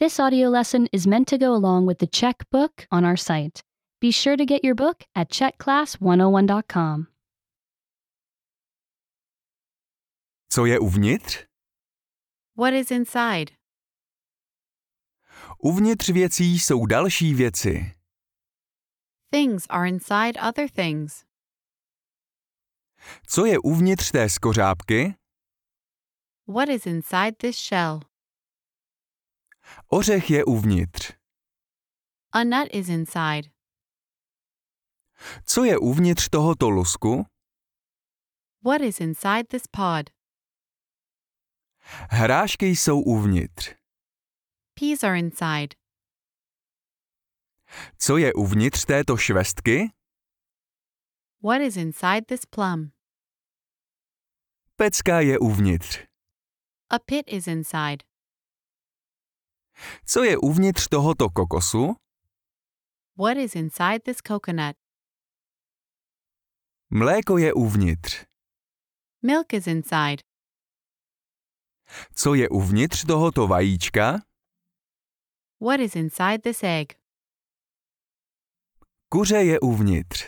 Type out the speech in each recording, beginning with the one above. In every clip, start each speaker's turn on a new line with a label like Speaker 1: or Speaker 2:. Speaker 1: This audio lesson is meant to go along with the Czech book on our site. Be sure to get your book at czechclass101.com.
Speaker 2: Co je uvnitř?
Speaker 3: What is inside?
Speaker 2: Uvnitř věcí jsou další věci.
Speaker 3: Things are inside other things.
Speaker 2: Co je uvnitř té skořápky?
Speaker 3: What is inside this shell?
Speaker 2: Ořech je uvnitř.
Speaker 3: A nut is inside.
Speaker 2: Co je uvnitř tohoto lusku?
Speaker 3: What is inside this pod?
Speaker 2: Hrášky jsou uvnitř.
Speaker 3: Peas are inside.
Speaker 2: Co je uvnitř této švestky?
Speaker 3: What is inside this plum?
Speaker 2: Pecka je uvnitř.
Speaker 3: A pit is inside.
Speaker 2: Co je uvnitř tohoto kokosu?
Speaker 3: What is inside this coconut?
Speaker 2: Mléko je uvnitř.
Speaker 3: Milk is inside.
Speaker 2: Co je uvnitř tohoto vajíčka?
Speaker 3: What is inside this egg?
Speaker 2: Kuře je uvnitř.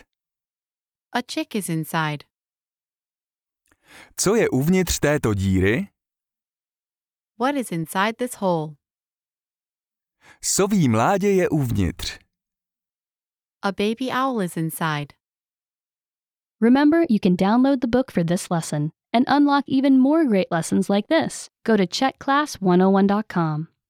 Speaker 3: A chick is inside.
Speaker 2: Co je uvnitř této díry?
Speaker 3: What is inside this hole?
Speaker 2: Soví mládě je uvnitř.
Speaker 3: A baby owl is inside.
Speaker 1: Remember, you can download the book for this oh lesson and unlock even more great lessons like this. Go to czechclass101.com.